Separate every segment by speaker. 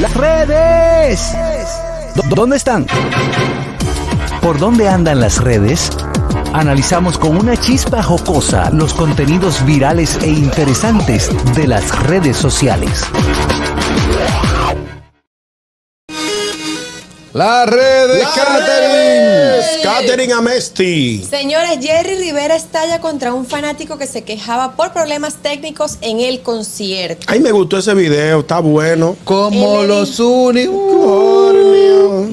Speaker 1: Las redes. ¿Dó- ¿Dónde están? ¿Por dónde andan las redes? Analizamos con una chispa jocosa los contenidos virales e interesantes de las redes sociales.
Speaker 2: La red de Catering.
Speaker 3: Catherine Amesti.
Speaker 4: Señores, Jerry Rivera estalla contra un fanático que se quejaba por problemas técnicos en el concierto.
Speaker 3: Ay, me gustó ese video, está bueno.
Speaker 2: Como
Speaker 4: Emery.
Speaker 2: los únicos.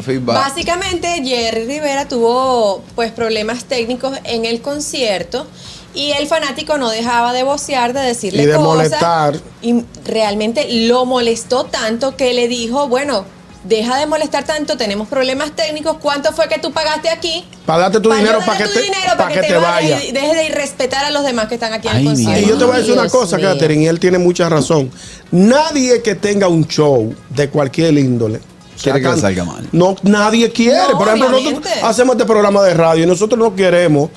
Speaker 2: Feedback.
Speaker 4: Básicamente, Jerry Rivera tuvo pues problemas técnicos en el concierto y el fanático no dejaba de vocear, de decirle
Speaker 3: Y de
Speaker 4: cosas.
Speaker 3: molestar.
Speaker 4: Y realmente lo molestó tanto que le dijo, bueno, deja de molestar tanto, tenemos problemas técnicos, ¿cuánto fue que tú pagaste aquí?
Speaker 3: Para darte tu
Speaker 4: Pa' yo
Speaker 3: dinero,
Speaker 4: darle
Speaker 3: para que,
Speaker 4: tu
Speaker 3: te-
Speaker 4: dinero,
Speaker 3: pa' que te vaya.
Speaker 4: vayas y dejes de irrespetar a los demás que están aquí en
Speaker 1: Ay,
Speaker 4: el
Speaker 1: mi
Speaker 4: concierto.
Speaker 3: Y yo te voy a decir una
Speaker 4: Dios
Speaker 3: cosa,
Speaker 4: mío.
Speaker 3: Catherine, y él tiene mucha razón. Nadie que tenga un show de cualquier índole.
Speaker 2: Quiere que le
Speaker 3: sacan-
Speaker 2: salga mal.
Speaker 3: No, nadie quiere.
Speaker 4: No,
Speaker 3: Por ejemplo, nosotros
Speaker 4: obviamente.
Speaker 3: hacemos este programa de radio y nosotros no queremos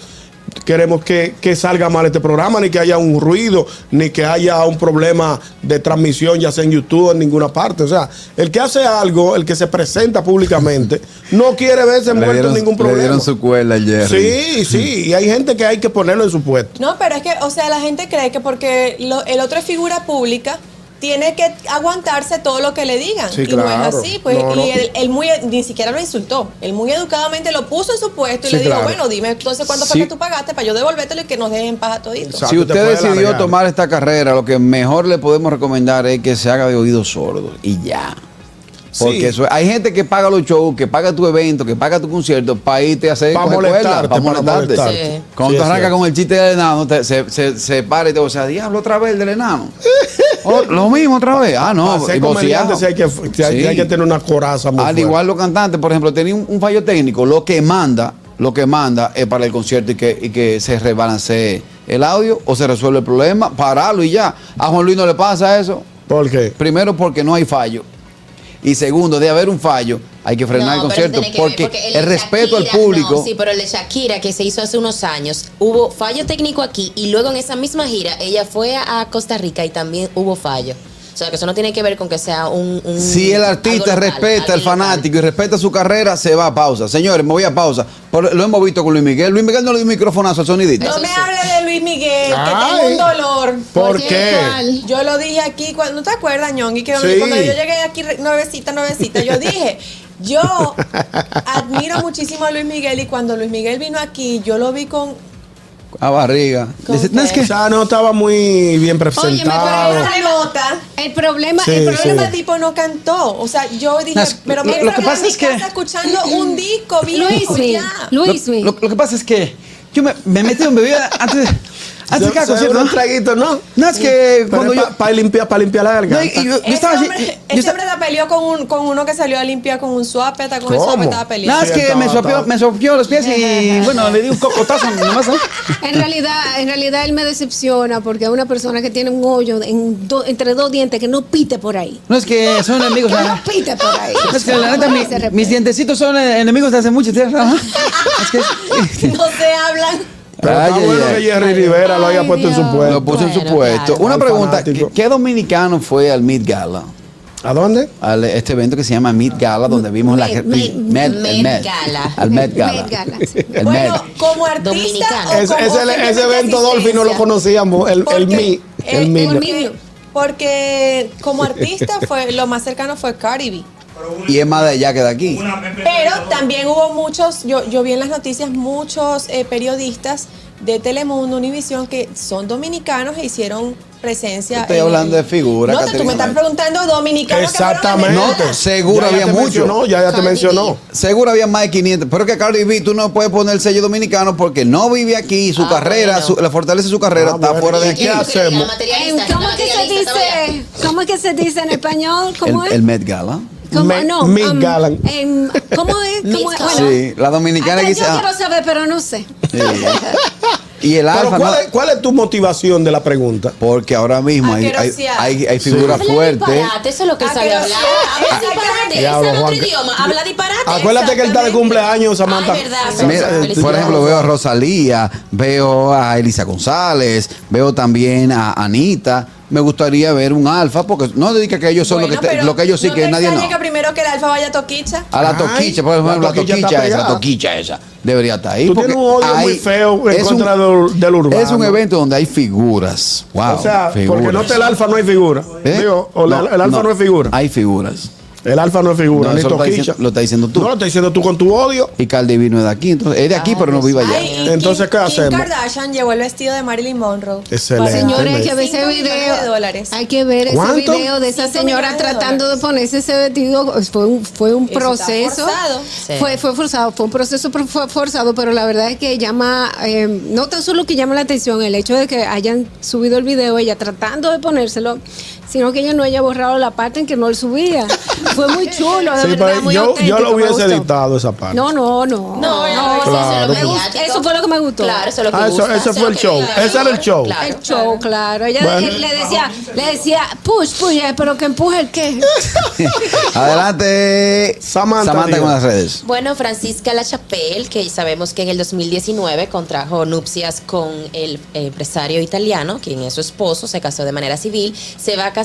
Speaker 3: queremos que, que salga mal este programa, ni que haya un ruido, ni que haya un problema de transmisión, ya sea en YouTube o en ninguna parte. O sea, el que hace algo, el que se presenta públicamente, no quiere verse
Speaker 2: Le
Speaker 3: envuelto en
Speaker 2: dieron,
Speaker 3: ningún
Speaker 2: le
Speaker 3: problema.
Speaker 2: dieron su cuerda ayer.
Speaker 3: sí, sí, y hay gente que hay que ponerlo en su puesto.
Speaker 4: No, pero es que, o sea, la gente cree que porque lo- el otro es figura pública, tiene que aguantarse todo lo que le digan.
Speaker 3: Sí,
Speaker 4: y no es
Speaker 3: claro.
Speaker 4: así, pues.
Speaker 3: No,
Speaker 4: y
Speaker 3: no.
Speaker 4: Él, él muy, ni siquiera lo insultó. Él muy educadamente lo puso en su puesto y
Speaker 3: Sí,
Speaker 4: le dijo,
Speaker 3: claro.
Speaker 4: bueno, dime entonces cuánto fue
Speaker 2: Sí.
Speaker 4: que tú pagaste para yo devolvértelo y que nos dejen en paz a toditos.
Speaker 3: Exacto.
Speaker 2: Si
Speaker 3: te
Speaker 2: usted
Speaker 3: puede
Speaker 2: decidió
Speaker 3: alargar.
Speaker 2: tomar esta carrera, lo que mejor le podemos recomendar es que se haga de oídos sordos y ya. Porque
Speaker 3: Sí.
Speaker 2: eso, hay gente que paga los shows, que paga tu evento, que paga tu concierto para irte a hacer
Speaker 3: Pa'
Speaker 2: coger cuerda,
Speaker 3: molestarte,
Speaker 2: pa'
Speaker 3: pa' molestarte.
Speaker 4: Sí.
Speaker 2: Cuando te
Speaker 3: Sí, es
Speaker 2: arrancas
Speaker 3: cierto.
Speaker 2: con el chiste del enano, te- se, se, se para y te dice, diablo, otra vez el del enano. O- lo mismo otra vez. Ah, no.
Speaker 3: Para ser
Speaker 2: y
Speaker 3: comediante
Speaker 2: boceado.
Speaker 3: sí hay que, sí hay-
Speaker 2: Sí.
Speaker 3: hay que tener una coraza muy
Speaker 2: Al
Speaker 3: fuerte.
Speaker 2: igual los cantantes, por ejemplo, tenía un, un fallo técnico, lo que manda, lo que manda es para el concierto y que, y que se rebalancee el audio o se resuelve el problema, pararlo y ya. A Juan Luis no le pasa eso.
Speaker 3: ¿Por qué?
Speaker 2: Primero porque no hay fallo. Y segundo, de haber un fallo, hay que frenar el
Speaker 5: No, pero
Speaker 2: concierto
Speaker 5: tiene que ver,
Speaker 2: porque,
Speaker 5: el
Speaker 2: el,
Speaker 5: de
Speaker 2: respeto al
Speaker 5: Shakira,
Speaker 2: público.
Speaker 5: no, sí, pero el de Shakira que se hizo hace unos años, hubo fallo técnico aquí y luego en esa misma gira ella fue a a Costa Rica y también hubo fallo. O sea, que eso no tiene que ver con que sea un... un-
Speaker 2: Si el artista
Speaker 5: algo local,
Speaker 2: respeta al
Speaker 5: algo local.
Speaker 2: fanático y respeta su carrera, se va a pausa. Señores, me voy a pausa. Por- Lo hemos visto con Luis Miguel. Luis Miguel no le dio un microfonazo al sonidito.
Speaker 4: No
Speaker 5: Eso
Speaker 4: me
Speaker 5: sí.
Speaker 4: hable de Luis Miguel, que tengo
Speaker 3: Ay.
Speaker 4: un dolor.
Speaker 3: ¿Por
Speaker 5: qué?
Speaker 3: qué?
Speaker 5: ¿Cuál?
Speaker 4: Yo lo dije aquí, cuando, ¿no te acuerdas, Ñongui? Que
Speaker 3: Sí.
Speaker 4: cuando yo llegué aquí, re- nuevecita, nuevecita, yo dije, yo admiro muchísimo a Luis Miguel y cuando Luis Miguel vino aquí, yo lo vi con...
Speaker 2: A barriga.
Speaker 5: ¿Con
Speaker 2: Dice, "No, es
Speaker 5: qué?
Speaker 2: que
Speaker 3: Quizá no estaba muy bien
Speaker 4: Pero
Speaker 3: presentado.
Speaker 4: esa nota.
Speaker 6: El problema
Speaker 3: Ah. Sí,
Speaker 4: el
Speaker 6: es
Speaker 4: problema
Speaker 3: sí.
Speaker 4: el tipo no cantó. O sea, yo dije,
Speaker 2: Nas-
Speaker 4: pero
Speaker 2: lo-
Speaker 4: mira,
Speaker 2: lo que
Speaker 4: en
Speaker 2: pasa
Speaker 4: mi
Speaker 2: es que-
Speaker 4: casa escuchando un disco, viejo,
Speaker 6: Luismi,
Speaker 4: ya.
Speaker 6: Luismi.
Speaker 2: Lo, lo- lo que pasa es que yo me, me metí en bebida antes, antes de cada
Speaker 3: Se- se
Speaker 2: concierto.
Speaker 3: un
Speaker 2: ¿no?
Speaker 3: traguito, ¿no?
Speaker 2: No, Ah, es que
Speaker 3: Pero
Speaker 2: cuando yo.
Speaker 3: para limpiar, pa limpiar la
Speaker 2: no, y-
Speaker 3: garganta.
Speaker 2: y yo, yo
Speaker 4: Ese
Speaker 2: estaba allí.
Speaker 4: hombre,
Speaker 2: yo
Speaker 4: ese
Speaker 2: estaba-
Speaker 4: hombre la peleó con, un, con uno que salió a limpiar con un suape, está con el
Speaker 3: ¿Cómo?
Speaker 4: suape estaba
Speaker 2: no,
Speaker 4: peleando.
Speaker 2: ah, es que me
Speaker 3: Estaba-
Speaker 2: sopió,
Speaker 3: estaba-
Speaker 2: me sopió los pies y bueno, le di un cocotazo nomás. ¿eh?
Speaker 6: En realidad, en realidad él me decepciona porque es una persona que tiene un hoyo en do- entre dos dientes que no pite por ahí.
Speaker 2: No es que son
Speaker 6: Que
Speaker 2: enemigos.
Speaker 6: no
Speaker 2: ¿verdad?
Speaker 6: pite por ahí.
Speaker 2: No, es que la neta,
Speaker 6: No
Speaker 2: mi-
Speaker 6: se respeta.
Speaker 2: mis dientecitos son eh, enemigos de hace mucho tiempo. ¿verdad? Es que.
Speaker 4: No se hablan.
Speaker 3: Pero está
Speaker 2: Ay,
Speaker 3: bueno
Speaker 2: ay,
Speaker 3: que
Speaker 2: ay.
Speaker 3: Jerry Rivera lo haya
Speaker 6: Ay,
Speaker 3: puesto en su
Speaker 6: Dios.
Speaker 2: Lo
Speaker 3: puesto.
Speaker 2: puso en su
Speaker 5: Bueno,
Speaker 2: puesto.
Speaker 5: claro.
Speaker 2: Una
Speaker 3: Al
Speaker 2: pregunta: ¿qué,
Speaker 3: fanático.
Speaker 2: qué dominicano fue al Mid Gala? pues,
Speaker 3: ¿A dónde?
Speaker 2: Al, este evento que se llama Mid Gala, donde vimos la.
Speaker 6: Met-
Speaker 2: Met,
Speaker 5: Met-
Speaker 2: el Met.
Speaker 5: Gala.
Speaker 2: Al Met Gala.
Speaker 6: Met Gala.
Speaker 2: El
Speaker 4: Bueno,
Speaker 2: Met.
Speaker 4: como artista.
Speaker 5: Dominicano.
Speaker 4: o
Speaker 3: Es-
Speaker 4: como
Speaker 3: ese,
Speaker 4: simplemente
Speaker 3: ese evento Dolphy no
Speaker 4: asistencia.
Speaker 3: lo conocíamos. El, el
Speaker 4: Porque-
Speaker 3: Mi.
Speaker 4: eh,
Speaker 3: El Mi.
Speaker 6: Mino.
Speaker 4: porque- Porque como artista fue lo más cercano fue Cardi B.
Speaker 2: Y es más de allá que de aquí.
Speaker 4: Pero también hubo muchos, yo, yo vi en las noticias muchos eh, periodistas de Telemundo, Univisión, que son dominicanos e hicieron presencia.
Speaker 2: Estoy
Speaker 4: en
Speaker 2: hablando de figuras,
Speaker 4: No, te- tú
Speaker 2: Caterina.
Speaker 4: me estás preguntando dominicanos. que fueron a
Speaker 3: Exactamente.
Speaker 4: Venezuela.
Speaker 2: No, seguro
Speaker 3: Ya
Speaker 2: había
Speaker 3: te
Speaker 2: mucho.
Speaker 3: mencionó, ya, ya te
Speaker 5: Cardi B.
Speaker 3: mencionó.
Speaker 2: Seguro había más de 500, pero que Cardi B, tú no puedes poner el sello dominicano porque no vive aquí, su
Speaker 5: Ah,
Speaker 2: carrera,
Speaker 5: bueno.
Speaker 2: su- la fortaleza de su carrera
Speaker 3: Ah,
Speaker 2: está
Speaker 3: bueno.
Speaker 2: fuera de
Speaker 3: ¿Y
Speaker 2: aquí.
Speaker 3: qué
Speaker 5: Yo creo que la
Speaker 3: hacemos?
Speaker 5: materialista,
Speaker 6: ¿Cómo
Speaker 5: la
Speaker 6: es que se
Speaker 5: materialista está
Speaker 6: dice? ¿Cómo es que se dice en español? ¿Cómo
Speaker 2: El,
Speaker 6: es?
Speaker 2: el Met Gala.
Speaker 6: ¿Cómo,
Speaker 3: Met-
Speaker 6: no,
Speaker 3: Met
Speaker 6: um,
Speaker 3: Gala.
Speaker 6: em, ¿Cómo es? ¿Cómo es?
Speaker 5: Met Gala.
Speaker 6: Bueno,
Speaker 2: Sí, la dominicana
Speaker 6: hasta
Speaker 2: que dice.
Speaker 6: yo
Speaker 2: ah,
Speaker 6: quiero saber, pero no sé.
Speaker 2: sí. Y el
Speaker 3: Pero
Speaker 2: alfa,
Speaker 3: ¿cuál,
Speaker 2: no-
Speaker 3: es, cuál es tu motivación de la pregunta?
Speaker 2: porque ahora mismo hay, hay,
Speaker 4: Asquerosidad.
Speaker 2: hay- hay figuras
Speaker 5: Habla
Speaker 2: fuertes.
Speaker 5: disparate, Eso es lo que él
Speaker 6: Ah,
Speaker 5: sabe hablar.
Speaker 4: Asquerosidad.
Speaker 5: Habla
Speaker 4: Exactamente.
Speaker 5: disparate. Él
Speaker 3: Diablo,
Speaker 5: sabe otro
Speaker 3: Juan.
Speaker 5: idioma. Habla disparate.
Speaker 3: Acuérdate que él está de cumpleaños, Samantha.
Speaker 5: Ay, verdad,
Speaker 2: Sí, Mira,
Speaker 5: Felicidades.
Speaker 2: por ejemplo, veo a Rosalía, veo a Elisa González, veo también a Anita. Me gustaría ver un alfa, porque no dedica que ellos son
Speaker 4: Bueno,
Speaker 2: lo que te-
Speaker 4: pero
Speaker 2: lo que ellos sí
Speaker 4: no
Speaker 2: que
Speaker 4: te
Speaker 2: nadie no.
Speaker 4: extraña que primero que el alfa vaya a Toquicha.
Speaker 2: A la
Speaker 3: Ay,
Speaker 2: toquicha, por ejemplo,
Speaker 3: la
Speaker 2: la
Speaker 3: toquicha
Speaker 2: toquicha,
Speaker 3: está
Speaker 2: esa,
Speaker 3: pegada.
Speaker 2: la toquicha esa. Debería estar ahí.
Speaker 3: Tú
Speaker 2: porque
Speaker 3: tienes un odio muy
Speaker 2: hay-
Speaker 3: feo en
Speaker 2: es
Speaker 3: contra
Speaker 2: un,
Speaker 3: del, del urbano.
Speaker 2: Es un evento donde hay figuras. Wow,
Speaker 3: o sea, porque
Speaker 2: figuras.
Speaker 3: no está el alfa, no hay figura.
Speaker 2: ¿Eh?
Speaker 3: Digo, o la-
Speaker 2: No,
Speaker 3: el alfa no, es figura.
Speaker 2: Hay figuras.
Speaker 3: El alfa no es figura.
Speaker 2: No,
Speaker 3: ni
Speaker 2: eso lo está
Speaker 3: toquicha.
Speaker 2: diciendo- lo está diciendo tú.
Speaker 3: No, lo está diciendo tú con tu odio.
Speaker 2: Y Caldivino es de aquí, entonces es de aquí,
Speaker 5: Ay,
Speaker 2: pero no
Speaker 5: Dios
Speaker 2: vive allá.
Speaker 4: Ah, pues Ay, y
Speaker 3: Entonces,
Speaker 4: Kim-
Speaker 3: ¿qué hacemos?
Speaker 4: Kim Kardashian llevó el vestido de Marilyn Monroe.
Speaker 3: Excelente.
Speaker 6: Señores, que a veces
Speaker 4: Cinco
Speaker 6: hay
Speaker 4: millones de
Speaker 6: video,
Speaker 4: dólares.
Speaker 6: hay que ver ese
Speaker 3: ¿Cuánto?
Speaker 6: video de esa
Speaker 4: Cinco
Speaker 6: señora
Speaker 4: millones de
Speaker 6: tratando de
Speaker 4: dólares.
Speaker 6: ponerse ese vestido. Fue un, fue un
Speaker 4: Eso está
Speaker 6: proceso.
Speaker 4: forzado.
Speaker 5: Sí.
Speaker 6: Fue, fue forzado, fue un proceso pro- fue forzado, pero la verdad es que llama, eh, no tan solo que llama la atención el hecho de que hayan subido el video ella tratando de ponérselo, sino que ella no haya borrado la parte en que no lo subía. fue muy chulo, de
Speaker 3: Sí,
Speaker 6: verdad,
Speaker 3: pero
Speaker 6: muy
Speaker 3: yo, yo
Speaker 6: auténtico,
Speaker 3: lo
Speaker 6: me
Speaker 3: hubiese
Speaker 6: gustó.
Speaker 3: editado esa parte.
Speaker 6: No, no,
Speaker 5: No,
Speaker 6: no.
Speaker 5: no,
Speaker 3: Claro.
Speaker 5: no, eso, es lo mediático.
Speaker 6: Eso fue lo que me gustó.
Speaker 5: Claro, eso es lo que
Speaker 3: Ah, eso- ese
Speaker 5: gusta.
Speaker 3: fue
Speaker 5: Eso es
Speaker 3: el
Speaker 5: lo que
Speaker 3: show.
Speaker 5: gusta.
Speaker 3: Ese era el show.
Speaker 5: Claro.
Speaker 6: El show, claro. Ella
Speaker 3: Bueno.
Speaker 6: él le decía, le decía, push, push, eh, pero que empuje el qué.
Speaker 2: Adelante,
Speaker 3: Samantha,
Speaker 2: Samantha
Speaker 3: diga.
Speaker 2: con las redes.
Speaker 5: Bueno, Francisca Lachapelle, que sabemos que en el 2019 contrajo nupcias con el empresario italiano, quien es su esposo, se casó de manera civil, se va a casar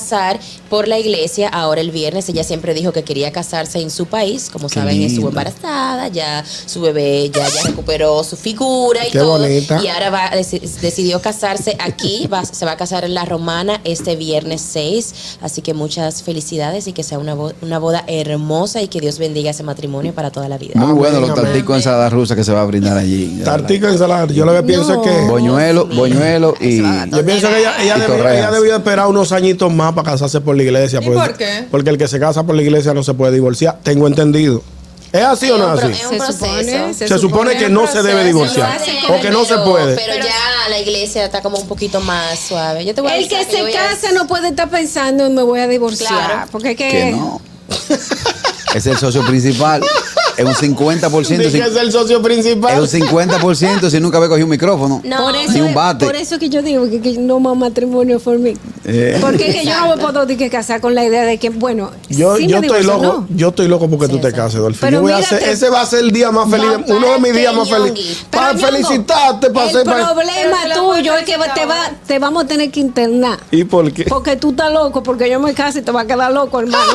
Speaker 5: por la iglesia ahora el viernes. Ella siempre dijo que quería casarse en su país, como
Speaker 2: Qué
Speaker 5: saben,
Speaker 2: lindo.
Speaker 5: estuvo embarazada, ya su bebé ya, ya recuperó su figura y
Speaker 3: Qué
Speaker 5: todo.
Speaker 3: bonita.
Speaker 5: Y ahora va, deci- decidió casarse aquí, va- se va a casar en La Romana este viernes 6. Así que muchas felicidades y que sea una, bo- una boda hermosa y que Dios bendiga ese matrimonio para toda la vida.
Speaker 2: Muy
Speaker 3: Amén,
Speaker 2: bueno los
Speaker 3: amén.
Speaker 2: tarticos de ensalada rusa que se va a brindar allí. de verdad.
Speaker 3: Tartico ensalada. Yo lo que pienso es que.
Speaker 2: Boñuelo,
Speaker 5: Dios mío.
Speaker 2: boñuelo y.
Speaker 3: Yo pienso que ella, ella
Speaker 2: Y
Speaker 3: debió,
Speaker 2: Correa.
Speaker 3: ella debió esperar unos añitos más para casarse por la iglesia.
Speaker 4: ¿Y
Speaker 3: porque-
Speaker 4: por qué?
Speaker 3: Porque el que se casa por la iglesia no se puede divorciar. Tengo entendido. ¿Es así o no es
Speaker 5: pro-
Speaker 3: así?
Speaker 5: es un proceso.
Speaker 3: Se, supone, que no se debe divorciar.
Speaker 5: Sí,
Speaker 3: O que no se
Speaker 5: pero-
Speaker 3: puede.
Speaker 5: Pero ya la iglesia está como un poquito más suave. Yo te voy a
Speaker 6: El
Speaker 5: avisar
Speaker 6: que
Speaker 5: yo
Speaker 6: se
Speaker 5: voy a-
Speaker 6: casa no puede estar pensando en me voy a divorciar.
Speaker 5: Claro.
Speaker 6: Porque es que,
Speaker 2: Que no. es el socio principal. Es un 50%.
Speaker 3: Dice
Speaker 2: si-
Speaker 3: que es el socio principal.
Speaker 2: es un 50% si nunca había cogido un micrófono.
Speaker 5: No,
Speaker 6: por,
Speaker 2: Ni
Speaker 6: eso,
Speaker 2: un bate.
Speaker 6: por eso que yo digo que, que no más matrimonio for me.
Speaker 2: Eh.
Speaker 6: Porque es que yo no me puedo de que casar con la idea de que, bueno,
Speaker 3: Yo,
Speaker 6: sí me
Speaker 3: yo estoy
Speaker 6: divorcio,
Speaker 3: loco,
Speaker 6: no.
Speaker 3: yo estoy loco porque
Speaker 5: Sí,
Speaker 3: tú te
Speaker 5: exacto.
Speaker 3: cases, Dolphy.
Speaker 6: Pero
Speaker 3: Yo voy a
Speaker 6: mira
Speaker 3: hacer-
Speaker 6: que-
Speaker 3: ese va a ser el día más feliz,
Speaker 5: Papá,
Speaker 3: uno de mis días más
Speaker 5: qué
Speaker 3: felices.
Speaker 5: ñongui.
Speaker 6: Pero,
Speaker 3: Para
Speaker 6: Ñongo,
Speaker 3: felicitarte, para
Speaker 6: El
Speaker 3: hacer- para-
Speaker 6: problema
Speaker 4: Pero te la
Speaker 6: tuyo
Speaker 4: puedo
Speaker 6: es que va- te, va,
Speaker 4: felicitar.
Speaker 6: te vamos a tener que internar.
Speaker 3: ¿Y por qué?
Speaker 6: Porque tú estás loco, porque yo me caso y te vas a quedar loco, hermano.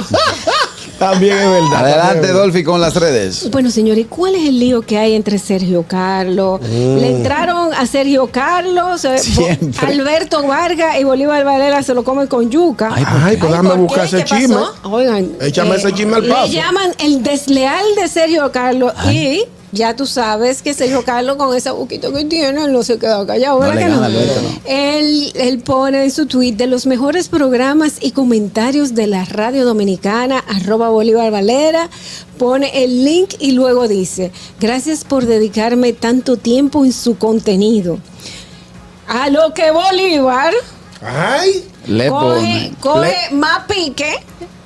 Speaker 3: También es verdad.
Speaker 2: Adelante,
Speaker 3: también es
Speaker 2: Dolphy, con las redes.
Speaker 6: Bueno, señores, ¿cuál es el lío que hay entre Sergio Carlos? Le entraron a Sergio Carlos, eh, Bo-
Speaker 2: Siempre.
Speaker 6: Alberto Vargas y Bolívar Valera se lo comen con yuca.
Speaker 3: verdad. Ay, pues déjame
Speaker 4: ¿por qué?
Speaker 3: buscar ese
Speaker 4: ¿Qué pasó?
Speaker 3: chisme.
Speaker 6: Oigan, eh,
Speaker 3: Échame ese chisme al paso.
Speaker 6: Le llaman el desleal de Sergio Carlos y ya tú sabes que Sergio Carlos con esa boquita que tiene no se queda callado,
Speaker 2: No
Speaker 6: ¿verdad
Speaker 2: le
Speaker 6: que
Speaker 2: gana
Speaker 6: no?
Speaker 2: Alberto, no.
Speaker 6: Él, él pone en su tweet de los mejores programas y comentarios de la radio dominicana, arroba Bolívar Valera, pone el link y luego dice, gracias por dedicarme tanto tiempo en su contenido. A lo que Bolívar
Speaker 3: Ay,
Speaker 2: Le
Speaker 6: coge,
Speaker 2: pone.
Speaker 6: coge más pique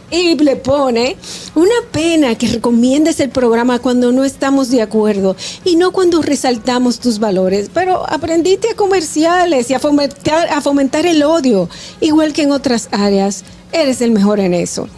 Speaker 6: y le pone una pena que recomiendes el programa cuando no estamos de acuerdo y no cuando resaltamos tus valores. Pero aprendiste a comerciales y a fomentar, a fomentar el odio, igual que en otras áreas. Eres el mejor en eso.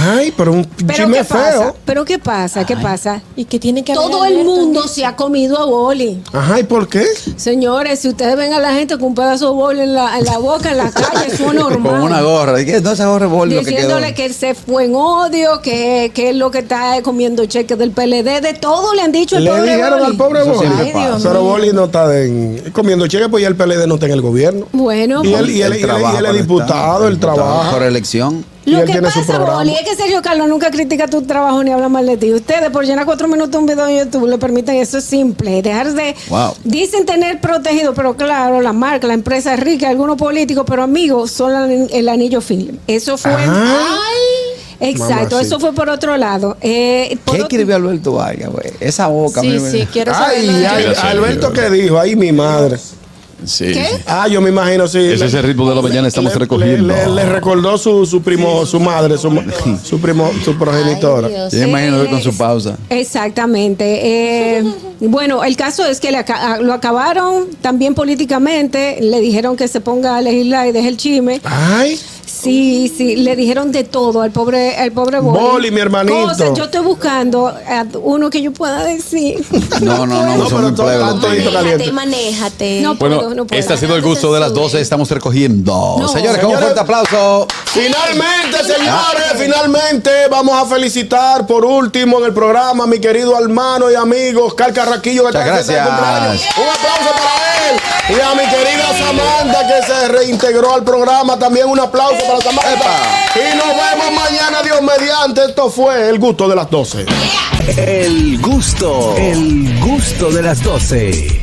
Speaker 3: ay, pero un
Speaker 6: Pero
Speaker 3: chisme
Speaker 6: ¿qué pasa?
Speaker 3: feo.
Speaker 6: ¿Pero qué pasa? ¿Qué pasa?
Speaker 4: Y que tiene que haber
Speaker 6: Todo el
Speaker 4: Alberto
Speaker 6: mundo
Speaker 4: en
Speaker 6: se ha comido a Boli.
Speaker 3: Ajá, ¿y por qué?
Speaker 6: Señores, si ustedes ven a la gente con un pedazo de boli en la, en la boca, en la calle, eso es normal.
Speaker 2: Con una gorra. ¿Y qué? No, esa gorra es bol, lo que quedó.
Speaker 6: diciéndole que él se fue en odio, que, que es lo que está comiendo cheques del PLD, de todo le han dicho al
Speaker 3: Le
Speaker 6: pobre
Speaker 3: dijeron
Speaker 6: Boli.
Speaker 3: al pobre
Speaker 2: Eso
Speaker 3: Boli.
Speaker 2: siempre Ay, pasa. Dios
Speaker 3: Pero Boli no está en, comiendo cheque, pues ya el PLD no está en el gobierno.
Speaker 6: Bueno,
Speaker 3: Y
Speaker 6: pues,
Speaker 3: él- y él- y él- y él es
Speaker 2: para
Speaker 3: diputado, él
Speaker 2: diputado
Speaker 3: trabaja.
Speaker 2: Por elección.
Speaker 3: y
Speaker 6: lo
Speaker 3: él
Speaker 6: que
Speaker 3: tiene su
Speaker 6: pasa,
Speaker 3: programa.
Speaker 6: Boli, es que Sergio Carlos nunca critica tu trabajo ni habla mal de ti. Ustedes por llenar cuatro minutos un video en YouTube le permiten eso es simple. Dejar de...
Speaker 2: Wow.
Speaker 6: Dicen tener protegido, pero claro, la marca, la empresa es rica, algunos políticos, pero amigos, son la- el anillo film. Eso fue...
Speaker 3: Ajá.
Speaker 6: Exacto,
Speaker 3: Mamacita.
Speaker 6: eso fue por otro lado. Eh, por
Speaker 2: ¿Qué
Speaker 6: otro-
Speaker 2: escribió Alberto Vargas, güey? Esa boca,
Speaker 4: Sí,
Speaker 2: mira,
Speaker 4: sí,
Speaker 2: mira.
Speaker 4: quiero saber.
Speaker 3: Ay,
Speaker 4: lo de-
Speaker 3: ay,
Speaker 7: Gracias,
Speaker 3: Alberto,
Speaker 7: Dios.
Speaker 3: ¿qué dijo? Ay, mi madre.
Speaker 7: Sí.
Speaker 6: ¿Qué?
Speaker 7: sí.
Speaker 3: Ah, yo me imagino, sí.
Speaker 7: Ese
Speaker 3: Le-
Speaker 7: es el ritmo de la mañana, estamos
Speaker 3: le-
Speaker 7: recogiendo.
Speaker 3: Le, le- le recordó su, su primo, su madre, su, ma- su primo, su progenitora.
Speaker 5: Ay, Dios.
Speaker 7: Yo me imagino él con su
Speaker 6: Es-
Speaker 7: pausa.
Speaker 6: Exactamente. Eh, bueno, el caso es que le aca- lo acabaron también políticamente, le dijeron que se ponga a legislar y deje el chisme.
Speaker 3: Ay,
Speaker 6: Sí, sí, le dijeron de todo al pobre, al pobre Boli.
Speaker 3: Boli, mi hermanito.
Speaker 6: Cosas, yo estoy buscando a uno que yo pueda decir.
Speaker 2: No, no, no,
Speaker 3: No,
Speaker 2: son
Speaker 3: pero
Speaker 2: un
Speaker 3: todo-
Speaker 2: plebe,
Speaker 3: todo-
Speaker 2: plebe.
Speaker 3: Todito caliente.
Speaker 5: Manéjate, manéjate.
Speaker 6: No
Speaker 7: Bueno,
Speaker 6: puedo, no puedo.
Speaker 7: este ha sido el gusto de las 12.
Speaker 2: Estamos recogiendo.
Speaker 6: No.
Speaker 2: señores, con un
Speaker 3: Señores.
Speaker 2: fuerte aplauso.
Speaker 3: Finalmente, señores,
Speaker 2: Ah.
Speaker 3: finalmente vamos a felicitar por último en el programa a mi querido hermano y amigo Oscar Carraquillo que
Speaker 2: Muchas
Speaker 3: está de fiesta de
Speaker 2: gracias.
Speaker 3: cumpleaños. Un aplauso para él y a mi querida Samantha que se reintegró al programa. También un aplauso para Samantha. Y nos vemos mañana, Dios mediante. Esto fue el gusto de las 12.
Speaker 1: El gusto, el gusto de las 12.